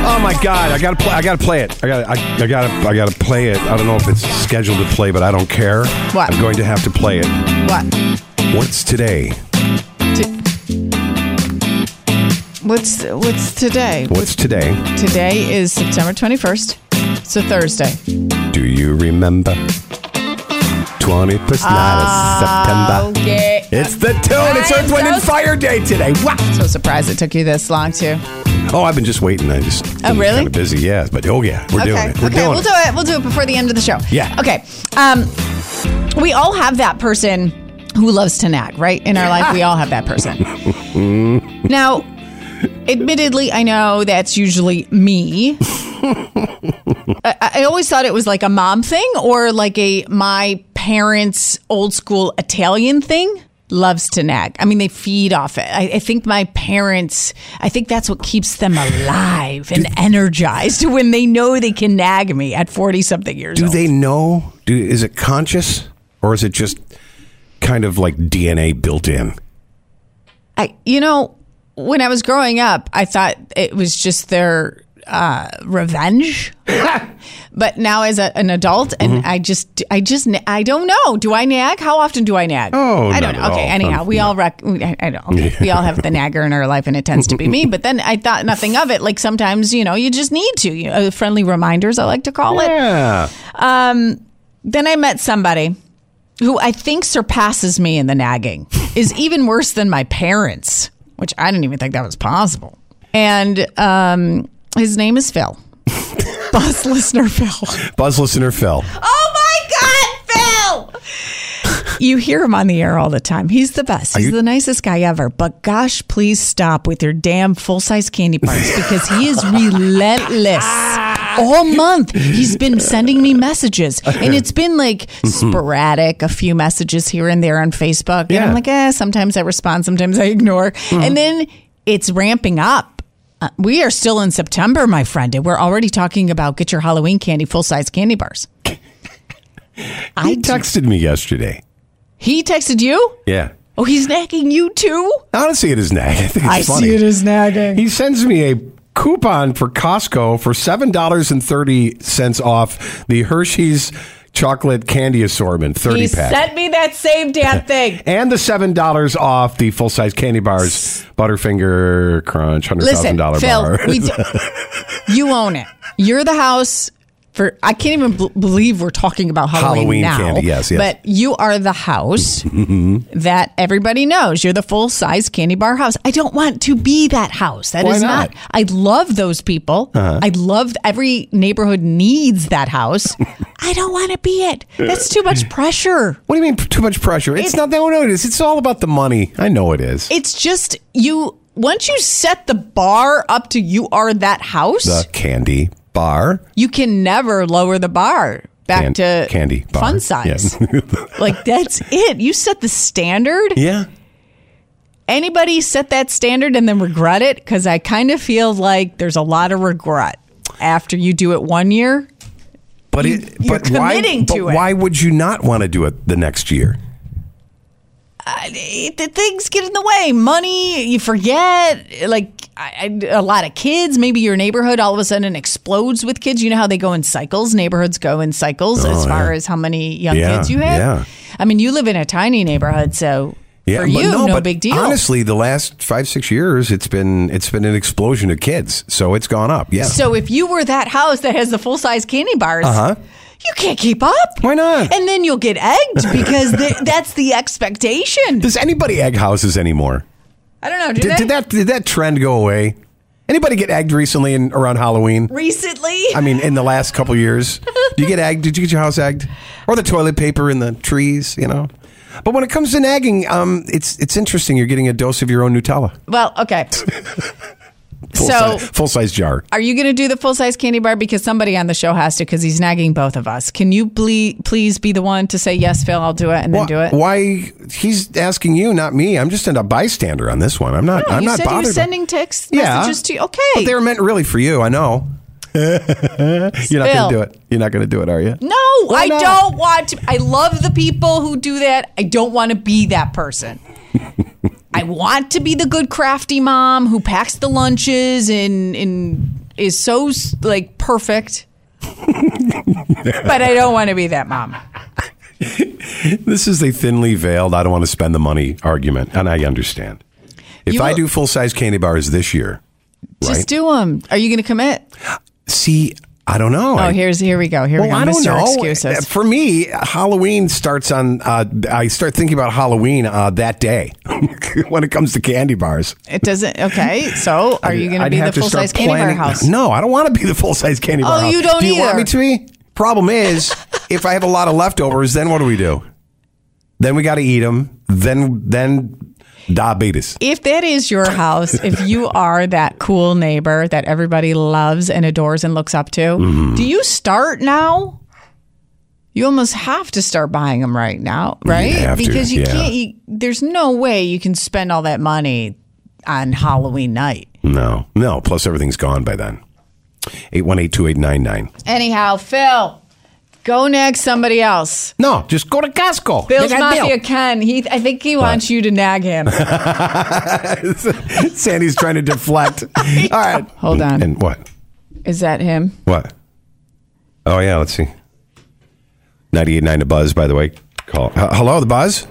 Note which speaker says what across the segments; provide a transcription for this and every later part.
Speaker 1: Oh my God! I gotta play. I gotta play it. I gotta. I, I gotta. I gotta play it. I don't know if it's scheduled to play, but I don't care.
Speaker 2: What?
Speaker 1: I'm going to have to play it.
Speaker 2: What?
Speaker 1: What's today?
Speaker 2: What's what's today?
Speaker 1: What's today?
Speaker 2: Today is September 21st. It's a Thursday.
Speaker 1: Do you remember? 21st night of September.
Speaker 2: Okay.
Speaker 1: It's the tune. It's
Speaker 2: I'm
Speaker 1: Earth, Wind, and
Speaker 2: so-
Speaker 1: Fire Day today. Wow.
Speaker 2: So surprised it took you this long to.
Speaker 1: Oh, I've been just waiting. I just.
Speaker 2: Oh, really?
Speaker 1: Kind of busy. Yeah, but oh yeah, we're doing
Speaker 2: okay.
Speaker 1: it. We're
Speaker 2: okay.
Speaker 1: doing
Speaker 2: we'll
Speaker 1: it.
Speaker 2: do it. We'll do it before the end of the show.
Speaker 1: Yeah.
Speaker 2: Okay. Um, we all have that person who loves to nag, right? In our life, we all have that person. now, admittedly, I know that's usually me. I, I always thought it was like a mom thing or like a my parents' old school Italian thing. Loves to nag. I mean, they feed off it. I, I think my parents, I think that's what keeps them alive and energized when they know they can nag me at 40 something years
Speaker 1: Do
Speaker 2: old.
Speaker 1: they know? Do is it conscious or is it just kind of like DNA built in?
Speaker 2: I, you know, when I was growing up, I thought it was just their uh, revenge. but now, as a, an adult, and
Speaker 1: Mm-hmm.
Speaker 2: I just, I just, na- I don't know. Do I nag? How often do I nag?
Speaker 1: Oh,
Speaker 2: I don't
Speaker 1: not
Speaker 2: know.
Speaker 1: at
Speaker 2: okay,
Speaker 1: all.
Speaker 2: anyhow,
Speaker 1: Um,
Speaker 2: we
Speaker 1: no.
Speaker 2: all rec- we- I, I don't. okay, we all have the nagger in our life, and it tends to be me. But then I thought nothing of it. Like sometimes, you know, you just need to. You know, uh, friendly reminders, I like to call it.
Speaker 1: Yeah.
Speaker 2: Um, Then I met somebody who I think surpasses me in the nagging, is even worse than my parents, which I didn't even think that was possible. And um, his name is Phil. Bus listener Phil.
Speaker 1: Buzz listener Phil.
Speaker 2: Oh my God, Phil! You hear him on the air all the time. He's the best. He's the nicest guy ever. But gosh, please stop with your damn full size candy bars because he is relentless. All month, he's been sending me messages, and it's been like sporadic, a few messages here and there on Facebook. And I'm
Speaker 1: Yeah.
Speaker 2: like, eh, sometimes I respond, sometimes I ignore. And then it's ramping up. Uh, we are still in September, my friend, and we're already talking about get your Halloween candy, full size candy bars. I
Speaker 1: He
Speaker 2: do-
Speaker 1: texted me yesterday.
Speaker 2: He texted you?
Speaker 1: Yeah.
Speaker 2: Oh, he's nagging you too?
Speaker 1: I don't see it as nag. I think it's funny.
Speaker 2: as nagging.
Speaker 1: He sends me a coupon for Costco for seven dollars and thirty cents off the Hershey's chocolate candy assortment thirty
Speaker 2: He
Speaker 1: pack.
Speaker 2: sent me that same damn thing.
Speaker 1: and the seven dollars off the full size candy bars, Butterfinger Crunch, hundred thousand
Speaker 2: Listen,
Speaker 1: dollar
Speaker 2: Phil,
Speaker 1: bar.
Speaker 2: we d- you own it. You're the house for. I can't even bl- believe we're talking about
Speaker 1: Halloween
Speaker 2: Halloween, now.
Speaker 1: candy, yes, yes.
Speaker 2: But you are the house that everybody knows. You're the full size candy bar house. I don't want to be that house. That is
Speaker 1: Why
Speaker 2: not?
Speaker 1: not? Uh-huh.
Speaker 2: I love those people. I love every neighborhood needs that house. I don't want to be it. That's too much pressure.
Speaker 1: What do you mean p- too much pressure? It's not that what it is. It's all about the money. I know it is.
Speaker 2: It's just you. Once you set the bar up to you are that house,
Speaker 1: the candy bar.
Speaker 2: you can never lower the bar back
Speaker 1: Can-
Speaker 2: to
Speaker 1: candy bar.
Speaker 2: fun size. like that's it. You set the standard.
Speaker 1: Yeah.
Speaker 2: Anybody set that standard and then regret it? Because I kind of feel like there's a lot of regret after you do it one year.
Speaker 1: But it
Speaker 2: you're
Speaker 1: but why
Speaker 2: committing
Speaker 1: but
Speaker 2: to it.
Speaker 1: why would you not want to do it the next year?
Speaker 2: It, the things get in the way. Money, you forget. Like I, I, a lot of kids. Maybe your neighborhood all of a sudden explodes with kids. You know how they go in cycles. Neighborhoods go in cycles as far as how many young
Speaker 1: Oh, Yeah,
Speaker 2: kids you have.
Speaker 1: yeah.
Speaker 2: I mean, you live in a tiny neighborhood, so
Speaker 1: Yeah, but
Speaker 2: For you, no,
Speaker 1: no, but
Speaker 2: big deal.
Speaker 1: Honestly, the last five six years, it's been it's been an explosion of kids, so it's gone up. Yeah,
Speaker 2: So if you were that house that has the full size candy bars,
Speaker 1: Uh-huh.
Speaker 2: you can't keep up.
Speaker 1: Why not?
Speaker 2: And then you'll get egged because th- that's the expectation.
Speaker 1: does anybody egg houses anymore?
Speaker 2: I don't know. Do
Speaker 1: Did,
Speaker 2: they?
Speaker 1: did that did that trend go away? Anybody get egged recently in, around Halloween?
Speaker 2: recently?
Speaker 1: I mean, in the last couple years, do you get egged? Did you get your house egged, or the toilet paper in the trees? You know, but when it comes to nagging, um, it's it's interesting. You're getting a dose of your own Nutella,
Speaker 2: well, okay.
Speaker 1: full
Speaker 2: so.
Speaker 1: size, full size jar.
Speaker 2: Are you going to do the full size candy bar because somebody on the show has to because he's nagging both of us? Can you ble- please be the one to say yes, Phil? I'll do it and
Speaker 1: Why-
Speaker 2: then do it.
Speaker 1: Why he's asking you, not me. I'm just a bystander on this one. I'm not.
Speaker 2: No,
Speaker 1: I'm
Speaker 2: you
Speaker 1: not
Speaker 2: said
Speaker 1: bothered.
Speaker 2: you were sending text
Speaker 1: yeah,
Speaker 2: messages to okay.
Speaker 1: But they were meant really for you. I know. You're not
Speaker 2: Phil.
Speaker 1: going to do it. You're not going to do it, are you?
Speaker 2: No, I
Speaker 1: not?
Speaker 2: don't want to. I love the people who do that. I don't want to be that person. I want to be the good crafty mom who packs the lunches and and is so like perfect. but I don't want to be that mom.
Speaker 1: This is the thinly veiled. I don't want to spend the money argument, and I understand. If
Speaker 2: You
Speaker 1: I
Speaker 2: will-
Speaker 1: do full size candy bars this year,
Speaker 2: Just
Speaker 1: Right.
Speaker 2: do them. Are you going to commit?
Speaker 1: see, I don't know.
Speaker 2: Oh,
Speaker 1: I-
Speaker 2: here's here we go. Here we
Speaker 1: Well,
Speaker 2: go.
Speaker 1: I don't
Speaker 2: Mr.
Speaker 1: know.
Speaker 2: Excuses.
Speaker 1: For me, Halloween starts on. Uh, I start thinking about Halloween uh, that day when it comes to candy bars.
Speaker 2: It doesn't. Okay. So are you going to
Speaker 1: I'd
Speaker 2: be the
Speaker 1: have to
Speaker 2: full
Speaker 1: start
Speaker 2: size candy bar
Speaker 1: planning-
Speaker 2: house?
Speaker 1: No, I don't want to be the full size candy bar
Speaker 2: Oh,
Speaker 1: house.
Speaker 2: you don't
Speaker 1: Do you want
Speaker 2: either.
Speaker 1: me to be? Problem is, if I have a lot of leftovers, then what do we do? Then we got to eat them. Then then diabetes.
Speaker 2: if that is your house, if you are that cool neighbor that everybody loves and adores and looks up to,
Speaker 1: Mm-hmm.
Speaker 2: do you start now? You almost have to start buying them right now, right?
Speaker 1: have to,
Speaker 2: because you
Speaker 1: yeah.
Speaker 2: can't. You, there's no way you can spend all that money on Halloween night.
Speaker 1: No, no. Plus everything's gone by then. Eight one eight two eight nine nine.
Speaker 2: Anyhow, Phil, go nag somebody else.
Speaker 1: No, just go to Costco. They
Speaker 2: Bill's
Speaker 1: got
Speaker 2: Mafia
Speaker 1: milk.
Speaker 2: Ken. He, I think he wants you to nag him.
Speaker 1: Sandy's trying to deflect. All right.
Speaker 2: Hold on.
Speaker 1: And what?
Speaker 2: Is that him?
Speaker 1: What? Oh yeah, let's see. 98.9 to Buzz, by the way. Call. H- Hello, the Buzz?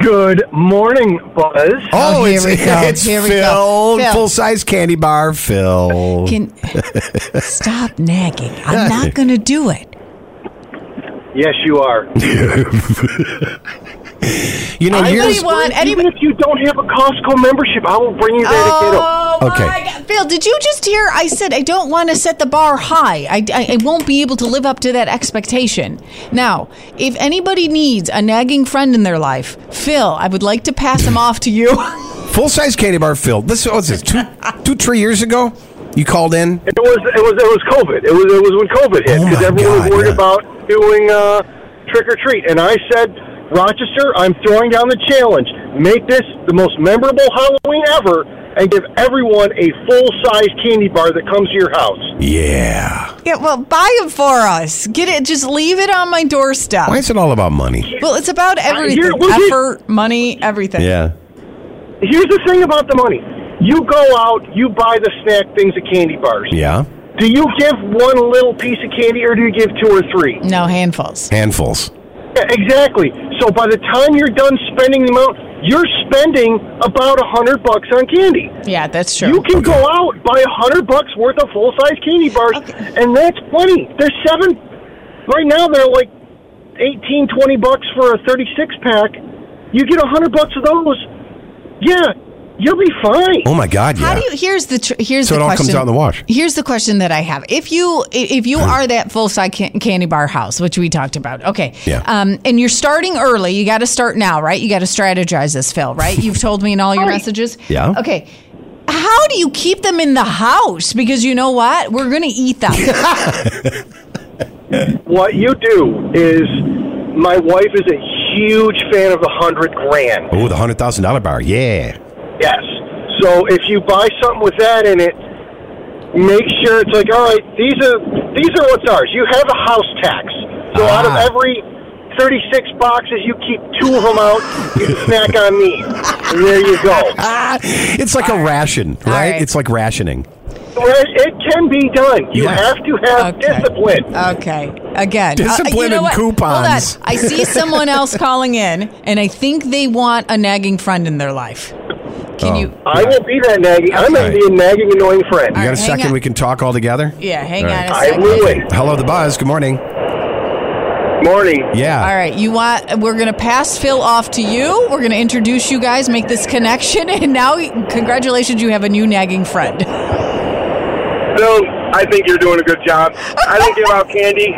Speaker 3: Good morning, Buzz.
Speaker 1: Oh,
Speaker 2: Oh, here
Speaker 1: it's,
Speaker 2: we go.
Speaker 1: it's
Speaker 2: Here we
Speaker 1: Phil,
Speaker 2: go. Phil.
Speaker 1: full size candy bar, Phil.
Speaker 2: Can stop nagging. I'm not going to do it.
Speaker 3: Yes, you are.
Speaker 1: you know,
Speaker 2: I
Speaker 1: here's
Speaker 2: really want
Speaker 3: Even
Speaker 2: anybody.
Speaker 3: if you don't have a Costco membership, I will bring you there to get 'em.
Speaker 2: Oh
Speaker 1: Okay.
Speaker 2: my God. Phil, did you just hear? I said I don't want to set the bar high. I, I, I won't be able to live up to that expectation. Now, if anybody needs a nagging friend in their life, Phil, I would like to pass him off to you.
Speaker 1: full size candy bar, Phil. This what was this two, two, three years ago. You called in.
Speaker 3: It was it was it was COVID. It was it was when COVID hit
Speaker 1: Oh
Speaker 3: because
Speaker 1: my
Speaker 3: everyone was
Speaker 1: God,
Speaker 3: worried
Speaker 1: yeah.
Speaker 3: about doing uh, trick or treat, and I said, Rochester, I'm throwing down the challenge. Make this the most memorable Halloween ever, and give everyone a full size candy bar that comes to your house.
Speaker 1: Yeah.
Speaker 2: yeah, well, buy him for us. Get it. Just leave it on my doorstep.
Speaker 1: Why is it all about money?
Speaker 2: Well, it's about everything:
Speaker 3: here, we'll get-
Speaker 2: effort, money, everything.
Speaker 1: Yeah.
Speaker 3: Here's the thing about the money: you go out, you buy the snack things at candy bars.
Speaker 1: Yeah.
Speaker 3: Do you give one little piece of candy, or do you give two or three?
Speaker 2: No handfuls.
Speaker 1: Handfuls.
Speaker 3: Yeah, exactly. So by the time you're done spending the amount, you're spending about a hundred bucks on candy.
Speaker 2: Yeah, that's true.
Speaker 3: You can go out buy a hundred bucks worth of full size candy bars, and that's plenty. There's seven right now. They're like eighteen, twenty bucks for a thirty six pack. You get a hundred bucks of those. Yeah, you'll be fine.
Speaker 1: Oh my God. Yeah.
Speaker 2: How do you? Here's the tr- here's
Speaker 1: So
Speaker 2: the
Speaker 1: it all
Speaker 2: question.
Speaker 1: comes out in the wash. Hmm.
Speaker 2: Here's the question that I have. If you if you are that full size can- candy bar house, which we talked about, okay,
Speaker 1: Yeah.
Speaker 2: um, and you're starting early, you got to start now, right? You got to strategize this, Phil, right? You've told me in all your messages,
Speaker 1: Yeah.
Speaker 2: Okay, how do you keep them in the house? Because you know what, we're gonna eat them.
Speaker 3: What you do is, my wife is a huge fan of the hundred grand.
Speaker 1: oh, the hundred thousand dollar bar. Yeah.
Speaker 3: Yes. So if you buy something with that in it, make sure it's like, all right, these are these are what's ours. You have a house tax. So out of
Speaker 1: Ah.
Speaker 3: every thirty-six boxes, you keep two of them out. You snack on me. And there you go.
Speaker 1: Ah, It's like a ration, right?
Speaker 2: right.
Speaker 1: It's like rationing.
Speaker 3: It can be done. You
Speaker 1: Yeah.
Speaker 3: have to have
Speaker 2: Okay.
Speaker 3: discipline.
Speaker 2: Okay. Again, uh,
Speaker 1: Discipline and
Speaker 2: what?
Speaker 1: coupons.
Speaker 2: Hold on. I see someone else calling in, and I think they want a nagging friend in their life. Can
Speaker 1: Oh.
Speaker 2: you?
Speaker 3: I will be that nagging. I'm going to be a nagging, annoying friend.
Speaker 1: You got a
Speaker 2: right, hang
Speaker 1: second
Speaker 2: on.
Speaker 1: we can talk all together?
Speaker 2: Yeah, hang
Speaker 1: All
Speaker 2: on
Speaker 1: right.
Speaker 2: a
Speaker 3: I
Speaker 2: second.
Speaker 3: will win.
Speaker 1: Hello, the buzz. Good morning.
Speaker 3: Morning.
Speaker 1: Yeah.
Speaker 2: All right, you want? We're gonna pass Phil off to you. We're gonna introduce you guys, make this connection, and now, congratulations, you have a new nagging friend.
Speaker 3: Bill, I think you're doing a good job. I don't give out candy.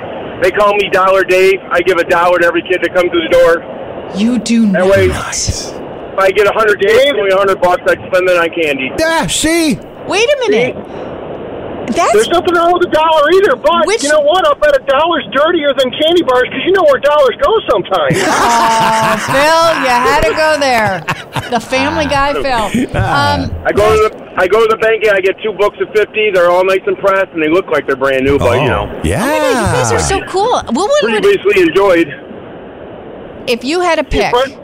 Speaker 3: They call me Dollar Dave. I give a dollar to every kid that comes to the door.
Speaker 2: You do not.
Speaker 3: That way, if I get a hundred days, only a hundred bucks. I spend it on candy.
Speaker 1: Yeah, she.
Speaker 2: Wait a minute. That's
Speaker 3: There's nothing wrong with a dollar either, but
Speaker 2: Which-
Speaker 3: you know what? I bet a dollar's dirtier than candy bars because you know where dollars go sometimes.
Speaker 2: oh, Phil. You had to go there. The Family Guy, Phil. Um,
Speaker 3: I go to the I go to the bank and I get two books of fifty. They're all nice and pressed, and they look like they're brand new, but you know,
Speaker 1: Yeah.
Speaker 2: oh my God, you guys are so cool. What would-
Speaker 3: pretty
Speaker 2: would
Speaker 3: basically enjoyed.
Speaker 2: If you had a pick,
Speaker 3: Right.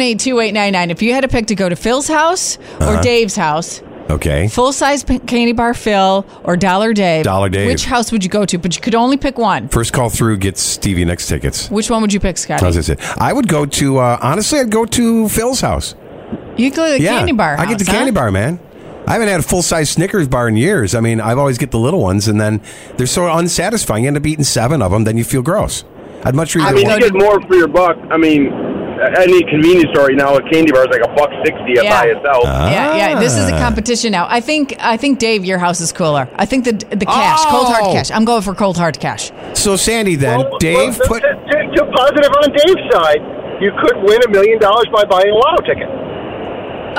Speaker 2: 818-2899, if you had a pick to go to Phil's house or Dave's house,
Speaker 1: okay.
Speaker 2: full size candy bar Phil or Dollar Dave,
Speaker 1: Dollar Dave.
Speaker 2: which house would you go to? But you could only pick one.
Speaker 1: First call through gets Stevie Nicks tickets.
Speaker 2: Which one would you pick,
Speaker 1: As
Speaker 2: Scotty?
Speaker 1: I said, I would go to, uh, honestly, I'd go to Phil's house.
Speaker 2: You go to the
Speaker 1: yeah.
Speaker 2: candy bar.
Speaker 1: I get the
Speaker 2: house, huh?
Speaker 1: candy bar, man. I haven't had a full size Snickers bar in years. I mean, I've always get the little ones, and then they're so unsatisfying. You end up eating seven of them, then you feel gross. I'd much
Speaker 3: I
Speaker 1: rather.
Speaker 3: mean,
Speaker 1: one-
Speaker 3: you get more for your buck. I mean, any convenience store right now, a candy bar is like a buck sixty
Speaker 2: Yeah.
Speaker 3: by itself.
Speaker 2: Yeah, yeah. This is a
Speaker 1: Ah.
Speaker 2: competition now. I think, I think Dave, your house is cooler. I think the the cash, cold hard
Speaker 1: Oh.
Speaker 2: cash. I'm going for cold hard cash.
Speaker 1: so Sandy, then
Speaker 3: Well,
Speaker 1: Dave
Speaker 3: well,
Speaker 1: put.
Speaker 3: to, to, to positive on Dave's side, you could win a million dollars by buying a lotto ticket.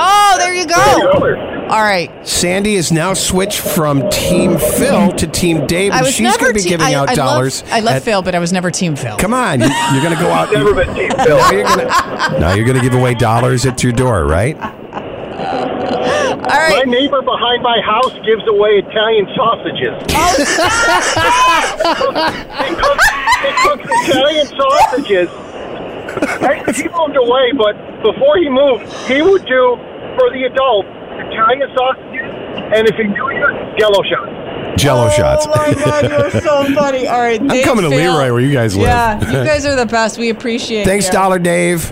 Speaker 2: Oh, there you go.
Speaker 3: Oh.
Speaker 2: All right.
Speaker 1: Sandy is now switched from Team Phil to Team Dave,
Speaker 2: I
Speaker 1: and
Speaker 2: was
Speaker 1: she's
Speaker 2: never
Speaker 1: going to be
Speaker 2: te-
Speaker 1: giving
Speaker 2: I,
Speaker 1: out
Speaker 2: I
Speaker 1: dollars.
Speaker 2: Love, I love
Speaker 1: at-
Speaker 2: Phil, but I was never team Phil.
Speaker 1: Come on, you, you're going to go out.
Speaker 3: Never
Speaker 1: you-
Speaker 3: been cheap, Bill.
Speaker 1: now you're gonna- now you're going to give away dollars at your door, right?
Speaker 2: All right.
Speaker 3: My neighbor behind my house gives away Italian sausages. they, cook, they cook Italian sausages. I, he moved away, but before he moved, he would do for the adult Italian sausages, and if he knew you, Jello shots.
Speaker 1: Jello shots.
Speaker 2: Oh my god, you're so funny. All right, I'm
Speaker 1: coming to Leroy where you guys live.
Speaker 2: Yeah, you guys are the best. We appreciate.
Speaker 1: Thanks,
Speaker 2: you.
Speaker 1: Dollar Dave.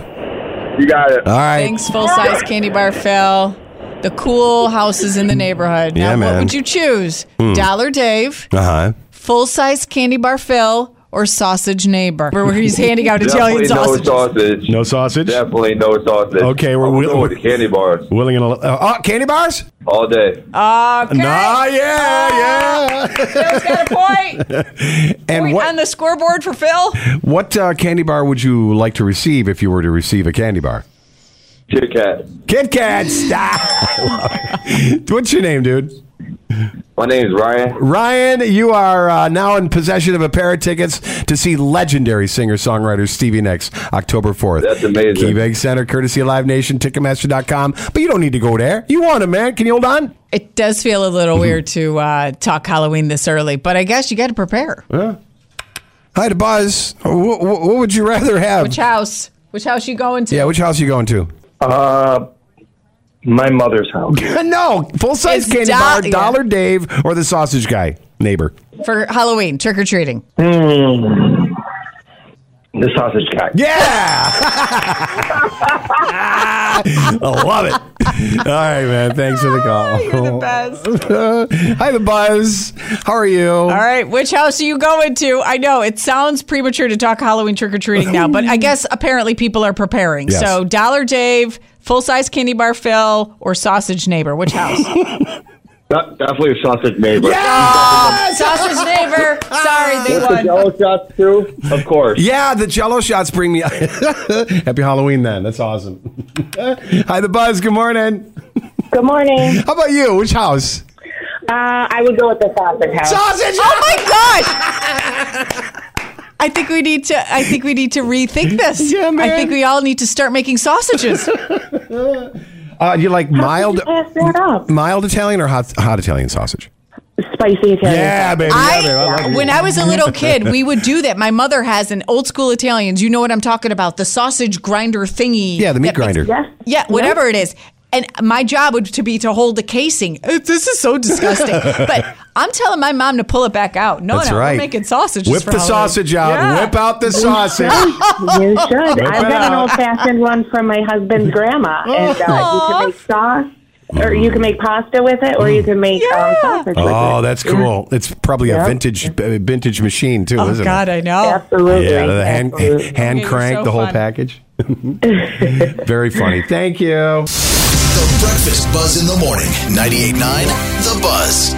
Speaker 3: You got it.
Speaker 1: All right.
Speaker 2: Thanks, full size candy bar Phil. The cool houses in the neighborhood. Now,
Speaker 1: Yeah,
Speaker 2: What
Speaker 1: man. Hmm.
Speaker 2: would you choose? Dollar Dave,
Speaker 1: Uh huh.
Speaker 2: full size candy bar Phil, or sausage neighbor? Where he's handing out Italian
Speaker 4: Definitely no
Speaker 2: sausages.
Speaker 4: sausage.
Speaker 5: No sausage?
Speaker 4: Definitely no sausage.
Speaker 5: Okay, we're-
Speaker 4: I'm
Speaker 5: we-
Speaker 4: going with the candy bars
Speaker 5: Willing and al- uh,
Speaker 1: Oh, candy bars?
Speaker 4: all day.
Speaker 2: Okay.
Speaker 1: Nah, yeah, yeah.
Speaker 2: Phil's got a point.
Speaker 1: And
Speaker 2: Point
Speaker 1: what
Speaker 2: on the scoreboard for Phil.
Speaker 1: what uh, candy bar would you like to receive if you were to receive a candy bar?
Speaker 4: Kit Kat.
Speaker 1: Kit Kat. Stop. What's your name, dude?
Speaker 4: My name is Ryan.
Speaker 1: Ryan, you are uh, now in possession of a pair of tickets to see legendary singer-songwriter Stevie Nicks October 4th.
Speaker 4: That's amazing.
Speaker 1: Key Bank Center, courtesy of Live Nation, Ticketmaster.com. But you don't need to go there. You want it, man. Can you hold on?
Speaker 2: It does feel a
Speaker 1: Mm-hmm.
Speaker 2: little weird to uh, talk Halloween this early, but I guess you got to prepare.
Speaker 1: Hi to Buzz. What, what would you rather have?
Speaker 2: Which house? Which house you going to?
Speaker 1: yeah, which house are you going to?
Speaker 3: Uh, my mother's house.
Speaker 1: no, full-size
Speaker 2: It's
Speaker 1: candy
Speaker 2: Do-
Speaker 1: bar,
Speaker 2: yeah.
Speaker 1: Dollar Dave, or the sausage guy, neighbor.
Speaker 2: for Halloween trick or treating.
Speaker 3: The sausage guy.
Speaker 1: Yeah. I love it. All right, man. Thanks for the call.
Speaker 2: best.
Speaker 1: Hi, the Buzz. How are you?
Speaker 2: All right, which house are you going to? I know it sounds premature to talk Halloween trick or treating now, but I guess apparently people are preparing.
Speaker 1: Yes.
Speaker 2: So Dollar Dave, full size candy bar Phil, or sausage neighbor? Which house?
Speaker 3: Definitely a sausage neighbor.
Speaker 2: Oh, sausage neighbor. Sorry, they
Speaker 3: The
Speaker 2: won.
Speaker 3: jello shots too, of course.
Speaker 1: Yeah, the jello shots bring me. Happy Halloween, then. That's awesome. Hi, the Buzz. Good morning.
Speaker 6: Good morning.
Speaker 1: How about you? Which house?
Speaker 6: Uh, I would go with the sausage house.
Speaker 1: Sausage.
Speaker 2: Oh my gosh. I think we need to. I think we need to rethink this.
Speaker 1: Yeah, man.
Speaker 2: I think we all need to start making sausages.
Speaker 1: Uh, you like mild,
Speaker 6: How could you pass that up?
Speaker 1: mild Italian or hot, hot Italian sausage?
Speaker 6: Spicy Italian.
Speaker 1: Yeah, baby. yeah, baby. I
Speaker 2: I,
Speaker 1: love you.
Speaker 2: when I was a little kid, we would do that. My mother has an old school Italians. You know what I'm talking about? The sausage grinder thingy.
Speaker 1: yeah, the meat
Speaker 2: that makes-
Speaker 1: grinder.
Speaker 6: Yes.
Speaker 2: yeah, whatever it is.
Speaker 7: And my job would to be to hold the casing. Eh, This is so disgusting. but I'm telling my mom to pull it back out. No,
Speaker 1: That's
Speaker 7: no,
Speaker 1: right.
Speaker 7: we're making sausages.
Speaker 1: Whip
Speaker 7: for
Speaker 1: the
Speaker 7: Halloween.
Speaker 1: sausage out.
Speaker 7: Yeah.
Speaker 1: Whip out the sausage.
Speaker 2: you should.
Speaker 1: Whip
Speaker 2: I've
Speaker 1: it
Speaker 2: got an
Speaker 1: out.
Speaker 2: old fashioned one from my husband's grandma, and uh, you can make sauce, or you can make pasta with it, or you can make um, sausage with it.
Speaker 1: Oh, that's cool. It's probably a
Speaker 2: Yeah.
Speaker 1: vintage uh, vintage machine too,
Speaker 7: Oh
Speaker 1: isn't
Speaker 7: God,
Speaker 1: it?
Speaker 7: I know.
Speaker 2: Absolutely.
Speaker 1: yeah, the hand
Speaker 2: Absolutely.
Speaker 1: hand
Speaker 7: Okay, you're
Speaker 1: crank,
Speaker 7: so
Speaker 1: the whole
Speaker 7: fun.
Speaker 1: package. Very funny. Thank you.
Speaker 8: The Breakfast Buzz in the Morning, 98.9 The Buzz.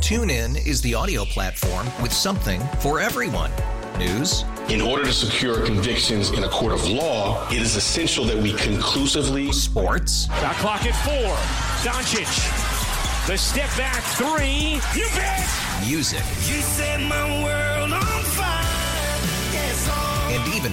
Speaker 8: TuneIn is the audio platform with something for everyone. News,
Speaker 9: In order to secure convictions in a court of law, it is essential that we conclusively
Speaker 8: sports,
Speaker 10: The clock at four. Doncic. The step back three. You bet.
Speaker 8: music,
Speaker 10: You set my world on fire.
Speaker 8: and even